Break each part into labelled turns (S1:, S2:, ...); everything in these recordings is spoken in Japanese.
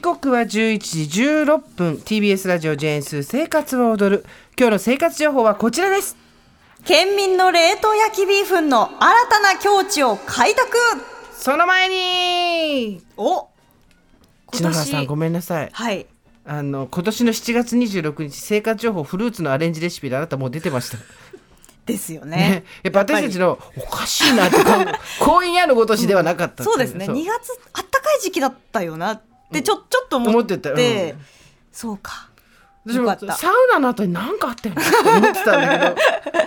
S1: 刻は11時16分 TBS ラジオ JS 生活を踊る今日の生活情報はこちらです
S2: 県民の冷凍焼きビーフンの新たな境地を開拓
S1: その前に
S2: お
S1: 篠原さんご
S2: ん
S1: めんなさい
S2: はい
S1: あの今年の7月26日生活情報フルーツのアレンジレシピであなたもう出てました
S2: ですよね
S1: ね、やっぱ私たちのおかしいなって顔 婚姻やのごとしではなかったってい
S2: そうですね2月あったかい時期だったよなってちょ,、ちょっと思って
S1: 思ってたうん
S2: そうか
S1: 私
S2: よか
S1: も
S2: った
S1: サウナの後に何かあったよなって思ってたんだ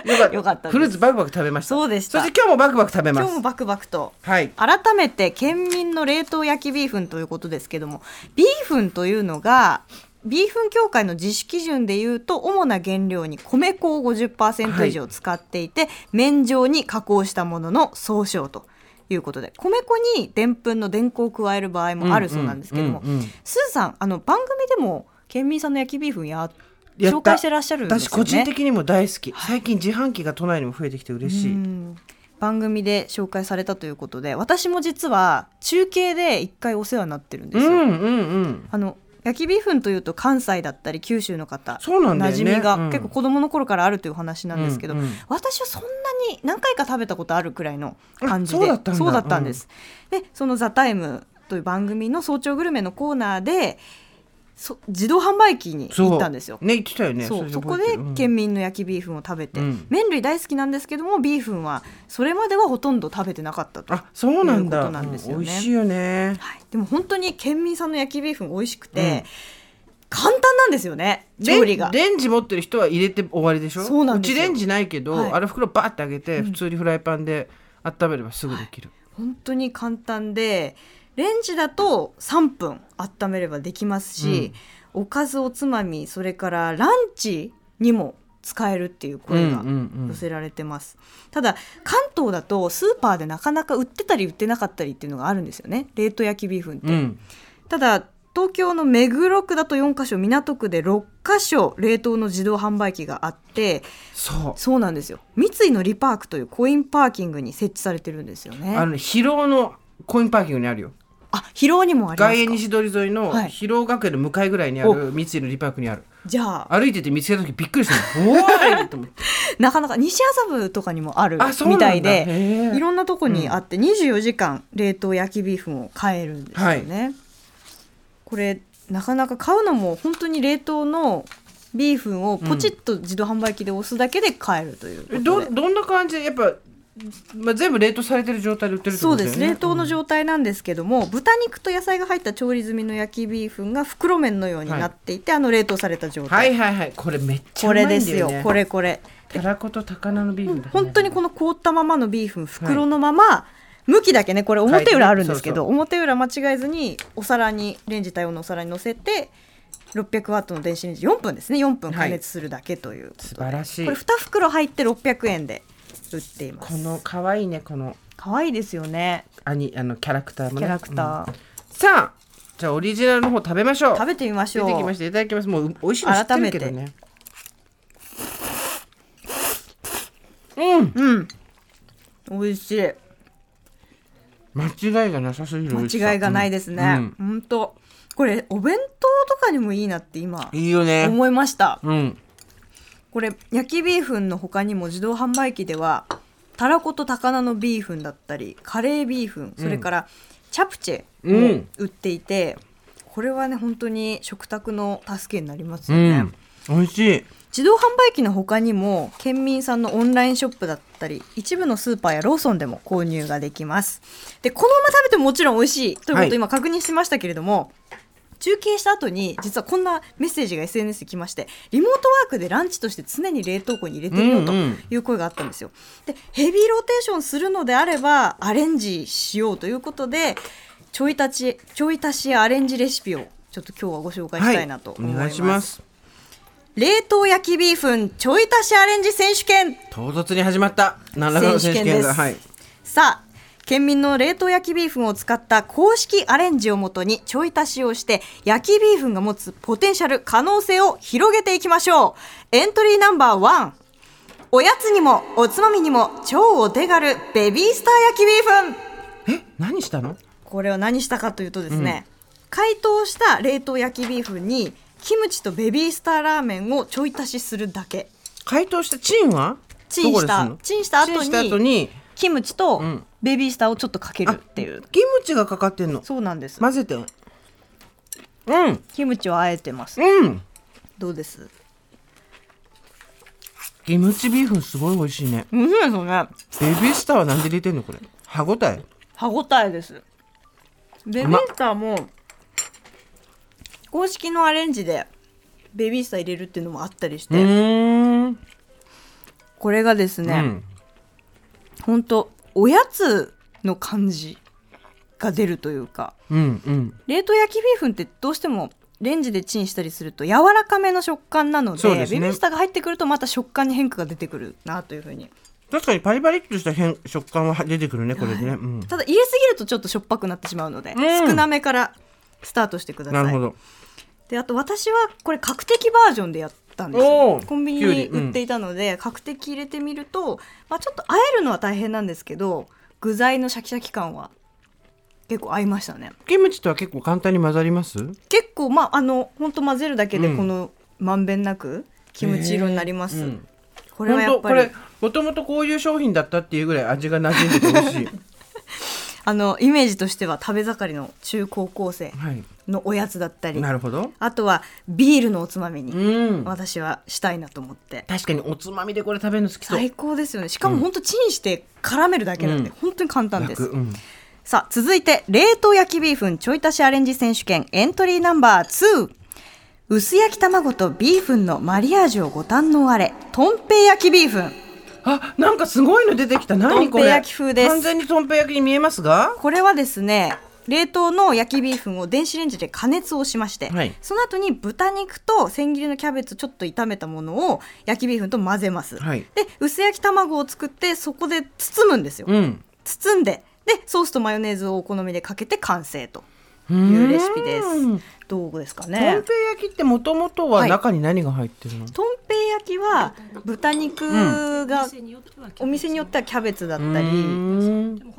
S1: けどよかった
S2: よかったです
S1: フルーツバクバク食べました
S2: そうでし
S1: そ
S2: た
S1: して今日もバクバク食べま
S2: 今
S1: す
S2: 日もバクバクと
S1: はい
S2: 改めて県民の冷凍焼きビーフンということですけどもビーフンというのがビーフン協会の自主基準でいうと主な原料に米粉を50%以上使っていて、麺状に加工したものの総称ということで米粉にでんぷんのでんこを加える場合もあるそうなんですけども、
S1: うんうんうんうん
S2: すーさんあの番組でも県民さんの焼きビーフンや
S1: やった
S2: 紹介してらっしゃるんです
S1: 私
S2: よね
S1: 個人的にも大好き最近自販機が都内にも増えてきて嬉しい、
S2: うん番組で紹介されたということで私も実は中継で一回お世話になってるんで
S1: う
S2: す
S1: ん
S2: よ、
S1: うんうん
S2: あの焼きビーフンというと関西だったり九州の方
S1: そうなんだよね
S2: 馴染みが
S1: うん
S2: 結構子供の頃からあるという話なんですけど、
S1: うんうん
S2: 私はそんなに何回か食べたことあるくらいの感じで
S1: あそうだったんだ
S2: んです、でその「ザタイムという番組の早朝グルメのコーナーでそ自動販売機に
S1: そう
S2: 行ったんですよ。
S1: ね行ってたよね
S2: そう
S1: れ
S2: そこ
S1: 覚え
S2: で
S1: てるうん
S2: 県民の焼きビーフンを食べて、
S1: うん
S2: 麺類大好きなんですけどもビーフンはそれまではほとんど食べてなかったと、は
S1: あそうなん
S2: というこ
S1: だ
S2: となんですよ
S1: う
S2: ね
S1: ん美味しいよね
S2: い、でも本当に県民さんの焼きビーフン美味しくて、
S1: うん
S2: 簡単なんですよね
S1: レン
S2: 調理が
S1: レンジ持ってる人は入れて終わりでしょ
S2: そうなんですよ
S1: うちレンジないけど、
S2: はい
S1: あれ袋バーってあげて普通にフライパンで温めればすぐできる、
S2: 本当に簡単でレンジだと3分温めればできますし、おかずおつまみそれからランチにも使えるっていう声が
S1: うんうんうん
S2: 寄せられてます、ただ関東だとスーパーでなかなか売ってたり売ってなかったりっていうのがあるんですよね冷凍焼きビーフンって、
S1: うん
S2: ただ東京の目黒区だと4カ所港区で6カ所冷凍の自動販売機があって
S1: そう
S2: そうなんですよ三井のリパークというコインパーキングに設置されてるんですよね
S1: あのね広尾のコインパーキングにあるよ
S2: あ、広尾にもありますか。
S1: 外苑西通り沿いの
S2: はい
S1: 広尾学園の向かいぐらいにある三井のリパークにある
S2: じゃあ、
S1: 歩いてて見つけた時びっくりしたのおーいと思って
S2: なかなか西麻布とかにもある
S1: あそうな
S2: み
S1: んだ
S2: たい
S1: へえ
S2: で、いろんなとこにあって24時間冷凍焼きビーフンを買えるんですよね。これなかなか買うのも本当に冷凍のビーフンをポチッと自動販売機で押すだけで買えるということで
S1: えどどんな感じでやっぱ、まあ、全部冷凍されてる状態で売ってるって
S2: そ
S1: こと
S2: う
S1: だ
S2: で
S1: よね
S2: す冷凍の状態なんですけども、豚肉と野菜が入った調理済みの焼きビーフンが袋麺のようになっていて、あの冷凍された状態、
S1: はいはいはいこれめっちゃ
S2: こ
S1: うまい
S2: れ
S1: んだよ、ね、
S2: ですよこれこれ
S1: たらこと高菜のビーフだね
S2: 本当にこの凍ったままのビーフン袋のまま、向きだけねこれ表裏あるんですけど、
S1: は
S2: 表裏間違えずにお皿にレンジ対応のお皿に乗せて600ワットの電子レンジ4分ですね4分加熱するだけという、
S1: 素晴らしい
S2: これ2袋入って600円で売っていま
S1: こ
S2: す
S1: の可愛いねこの
S2: 可愛いですよね
S1: アニあのキャラクターも
S2: キ
S1: ね
S2: ャラク
S1: うん
S2: ター、
S1: さあじゃあオリジナルの方食べましょう
S2: 食べてみまし
S1: 出
S2: ょ
S1: てきま
S2: う
S1: したいただきますもう美味しいの知ってるけどねうん
S2: うん美味しい
S1: 間違いがなさすぎる美味しさ
S2: 間違いがないですね、
S1: うん
S2: ほんとこれお弁当とかにもいいなって今
S1: うんいいよね
S2: 思いました
S1: うん
S2: これ焼きビーフンの他にも自動販売機ではたらこと高菜のビーフンだったりカレービーフンそれからチャプチェも売っていて、これはね本当に食卓の助けになります
S1: う
S2: よね、
S1: ん美味しい
S2: 自動販売機の他にも県民さんのオンラインショップだったり一部のスーパーやローソンでも購入ができますでこのまま食べてももちろん美味しいという
S1: は
S2: ことを
S1: い
S2: 今確認しましたけれども、中継した後に実はこんなメッセージが SNS で来ましてリモートワークでランチとして常に冷凍庫に入れてみようと
S1: うんうん
S2: いう声があったんですよ。でヘビーローテーションするのであればアレンジしようということでちょい足ちちょい足しやアレンジレシピをちょっと今日はご紹介したいなと思い
S1: お願いし
S2: ま。
S1: ますす
S2: 冷凍焼きビーフンちょい足しアレンジ選手権
S1: 唐突に始まった何らかの選手権
S2: 選手権で
S1: が
S2: す
S1: はい
S2: さあ県民の冷凍焼きビーフンを使った公式アレンジをもとにちょい足しをして焼きビーフンが持つポテンシャル可能性を広げていきましょうエントリーナンバーワンおやつにもおつまみにも超お手軽ベビースター焼きビーフン
S1: え何したの
S2: これは何したかというとですね、解凍した冷凍焼きビーフンにキムチとベビースターラーメンをちょい足しするだけ
S1: 解凍したチンは
S2: チン
S1: どこで
S2: し
S1: する
S2: た
S1: の
S2: チンした後
S1: チン
S2: に
S1: した後に
S2: キムチと
S1: ん
S2: ベビースターをちょっとかけるっていう、
S1: キムチがかかってんの
S2: そうなんです、
S1: 混ぜてうん
S2: キムチをあえてます
S1: うん
S2: どうです
S1: キムチビーフンすごい美味しいね
S2: 美味しいですね
S1: ベビースターはなんで入れてんのこれ歯ごたえ
S2: 歯ごたえですベビースターも公式のアレンジでベビースター入れるっていうのもあったりし
S1: う
S2: て、
S1: ーん
S2: これがです
S1: う
S2: ね、
S1: ん
S2: ほんとおやつの感じが出るというか
S1: うんうん
S2: 冷凍焼きビーフンってどうしてもレンジでチンしたりすると柔らかめの食感なので
S1: そうですね
S2: ベビースターが入ってくるとまた食感に変化が出てくるなというふうに
S1: 確かにパリパリっとした変食感は出てくるねこれね、うん
S2: ただ入れすぎるとちょっとしょっぱくなってしまうので、
S1: うん
S2: 少なめからスタートしてくださ
S1: ないるほど
S2: であと私はこれ角的バージョンでやったんですよ
S1: おー
S2: コンビニ
S1: きゅうり
S2: に
S1: うん
S2: 売っていたので、角的入れてみると、まあ、ちょっとあえるのは大変なんですけど具材のシャキシャキ感は結構合いましたね
S1: キムチとは結構簡単に混ざります
S2: 結構まああのほんと混ぜるだけで
S1: うん
S2: このまんべんなくキムチ色になります、
S1: うん
S2: これは
S1: 本
S2: やっ
S1: 当
S2: ぱ
S1: こ
S2: り
S1: れもともとこういう商品だったっていうぐらい味が馴染んでて 美味しい
S2: あのイメージとしては食べ盛りの中高校生
S1: はい
S2: のおやつだったり
S1: なるほど
S2: あとはビールのおつまみに
S1: うん
S2: 私はしたいなと思って
S1: 確かにおつまみでこれ食べるの好きそう
S2: 最高ですよねしかも本当チンして絡めるだけなんで、
S1: うん
S2: 本当に簡単です、
S1: 楽うん
S2: さあ続いて冷凍焼きビーフンちょい足しアレンジ選手権エントリーナンバー2薄焼き卵とビーフンのマリアージュをご堪能あれとんぺい焼きビーフン
S1: あなんかすごいの出てきた何これ
S2: とんぺ焼き風です
S1: 完全にとんぺ焼きに見えますが
S2: これはですね冷凍の焼きビーフンを電子レンジで加熱をしまして、
S1: はい
S2: その後に豚肉と千切りのキャベツちょっと炒めたものを焼きビーフンと混ぜます、
S1: はい
S2: で薄焼き卵を作ってそこで包むんですよ、
S1: うん
S2: 包んででソースとマヨネーズをお好みでかけて完成と
S1: い
S2: いうレシピです
S1: とん
S2: どうですか
S1: ぺ
S2: ね
S1: 焼きってもともとは中に何が入ってるの、
S2: とんぺい焼きは豚肉が、お店によってはキャベツだったり、
S1: うん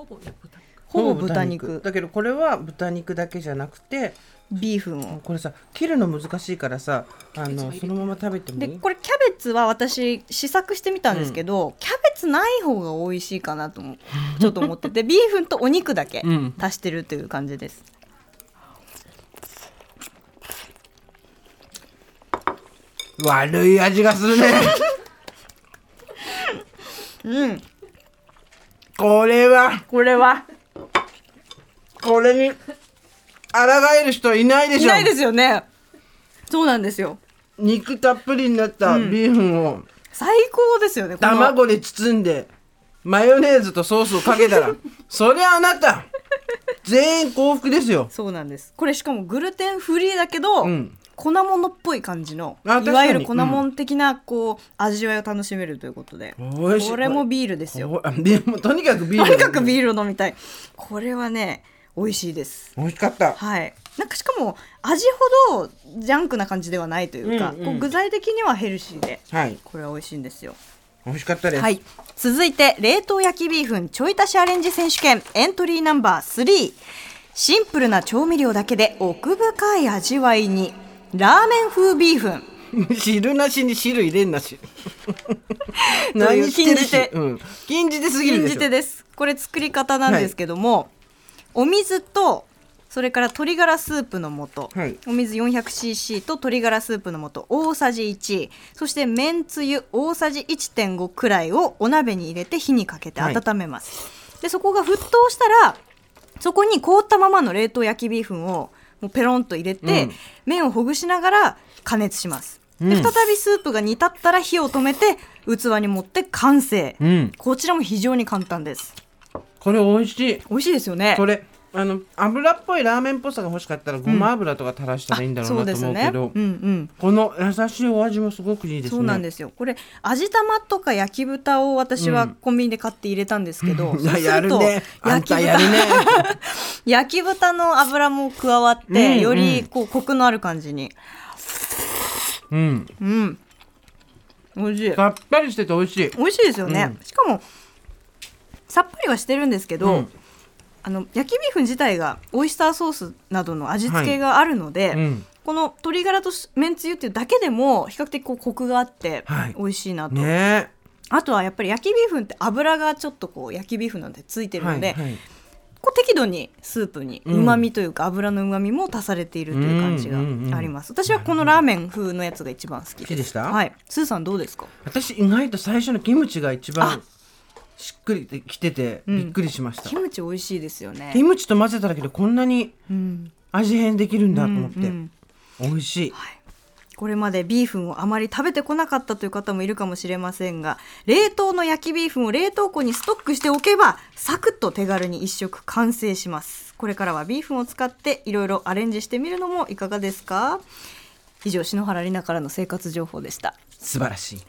S2: ほぼ豚肉
S1: だけどこれは豚肉だけじゃなくて
S2: ビーフンを
S1: これさ切るの難しいからさあのそのまま食べてもい
S2: で
S1: い
S2: これキャベツは私試作してみたんですけど、キャベツない方が美味しいかなと もちょっと思っててビーフンとお肉だけ
S1: うん
S2: 足してるという感じです、
S1: 悪い味がするね
S2: うん、
S1: これは
S2: これは
S1: これに抗える人いないでしょ
S2: いないですよねそうなんですよ
S1: 肉たっぷりになったビーフンを、
S2: 最高ですよねこの
S1: 卵で包んでマヨネーズとソースをかけた らそりゃあなた全員幸福ですよ
S2: そうなんですこれしかもグルテンフリーだけど、
S1: うん
S2: 粉ものっぽい感じのい
S1: あ確かに
S2: わゆる粉もん的なこう、味わいを楽しめるということで
S1: 美味しい
S2: これもビールですよ
S1: おあでもとにかくビー
S2: と
S1: ル
S2: にかくビールを飲みたいこれはね美味しいです
S1: 美味しかった
S2: はいなんかしかも味ほどジャンクな感じではないというか、
S1: うんうん
S2: こう具材的にはヘルシーで
S1: はい
S2: これは美味しいんですよ
S1: 美味しかったです、
S2: はい、続いて冷凍焼きビーフンちょい足しアレンジ選手権エントリーナンバー3シンプルな調味料だけで奥深い味わいにラーメン風ビーフン
S1: 汁なしに汁入れんなし
S2: いう禁じ手
S1: うん、禁じ手すぎる
S2: 禁
S1: でし
S2: じ
S1: ょ
S2: 手ですこれ作り方なんですけども、お水とそれから鶏ガラスープの素、
S1: はい
S2: お水 400cc と鶏ガラスープの素大さじ1そしてめんつゆ大さじ1.5くらいをお鍋に入れて火にかけて
S1: はい
S2: 温めます、でそこが沸騰したらそこに凍ったままの冷凍焼きビーフンをもうペロンと入れて、
S1: うん
S2: 麺をほぐしながら加熱しますで
S1: うん
S2: 再びスープが煮立ったら火を止めて器に盛って完成、
S1: うん
S2: こちらも非常に簡単です。
S1: これ美味しい
S2: 美味しいですよね。
S1: これあの油っぽいラーメンっぽさが欲しかったらごま油とか垂らしたらいいんだろうなと思うけど、
S2: あそうですね。うんうん。
S1: この優しいお味もすごくいいですね
S2: そうなんですよ。これ味玉とか焼き豚を私はコンビニで買って入れたんですけど、
S1: い
S2: そう
S1: や
S2: す
S1: や
S2: る
S1: る
S2: と
S1: ねあん
S2: 焼き
S1: たや
S2: 豚
S1: るね
S2: 焼き豚の油も加わっ
S1: うんうん
S2: てよりこうコクのある感じに。
S1: うん
S2: うん。美味しい。
S1: さっぱりしてて美味しい。
S2: 美味しいですよね。しかもさっぱりはしてるんですけど、
S1: うん
S2: あの焼きビーフン自体がオイスターソースなどの味付けがあるので、
S1: うん
S2: この鶏ガラとめんつゆっていうだけでも比較的こうコクがあって
S1: はい
S2: 美味しいなと、
S1: ね
S2: あとはやっぱり焼きビーフンって油がちょっとこう焼きビーフンなんてついて
S1: え
S2: るので、
S1: い
S2: こう適度にスープに
S1: うん
S2: うまみというか油のうまみも足されているという感じがあります、私はこのラーメン風のやつが一番好き
S1: 好き
S2: で
S1: ですした
S2: はいスーさんどうですか
S1: 私意外と最初のキムチが一番
S2: あ
S1: しっくりきてて
S2: うん
S1: びっくりしました、
S2: キムチ美味しいですよね
S1: キムチと混ぜただけでこんなに
S2: うん
S1: 味変できるんだと思って、
S2: うんうん
S1: 美味しい
S2: これまでビーフンをあまり食べてこなかったという方もいるかもしれませんが冷凍の焼きビーフンを冷凍庫にストックしておけばサクッと手軽に一食完成しますこれからはビーフンを使っていろいろアレンジしてみるのもいかがですか以上篠原里奈からの生活情報でした
S1: 素晴らしい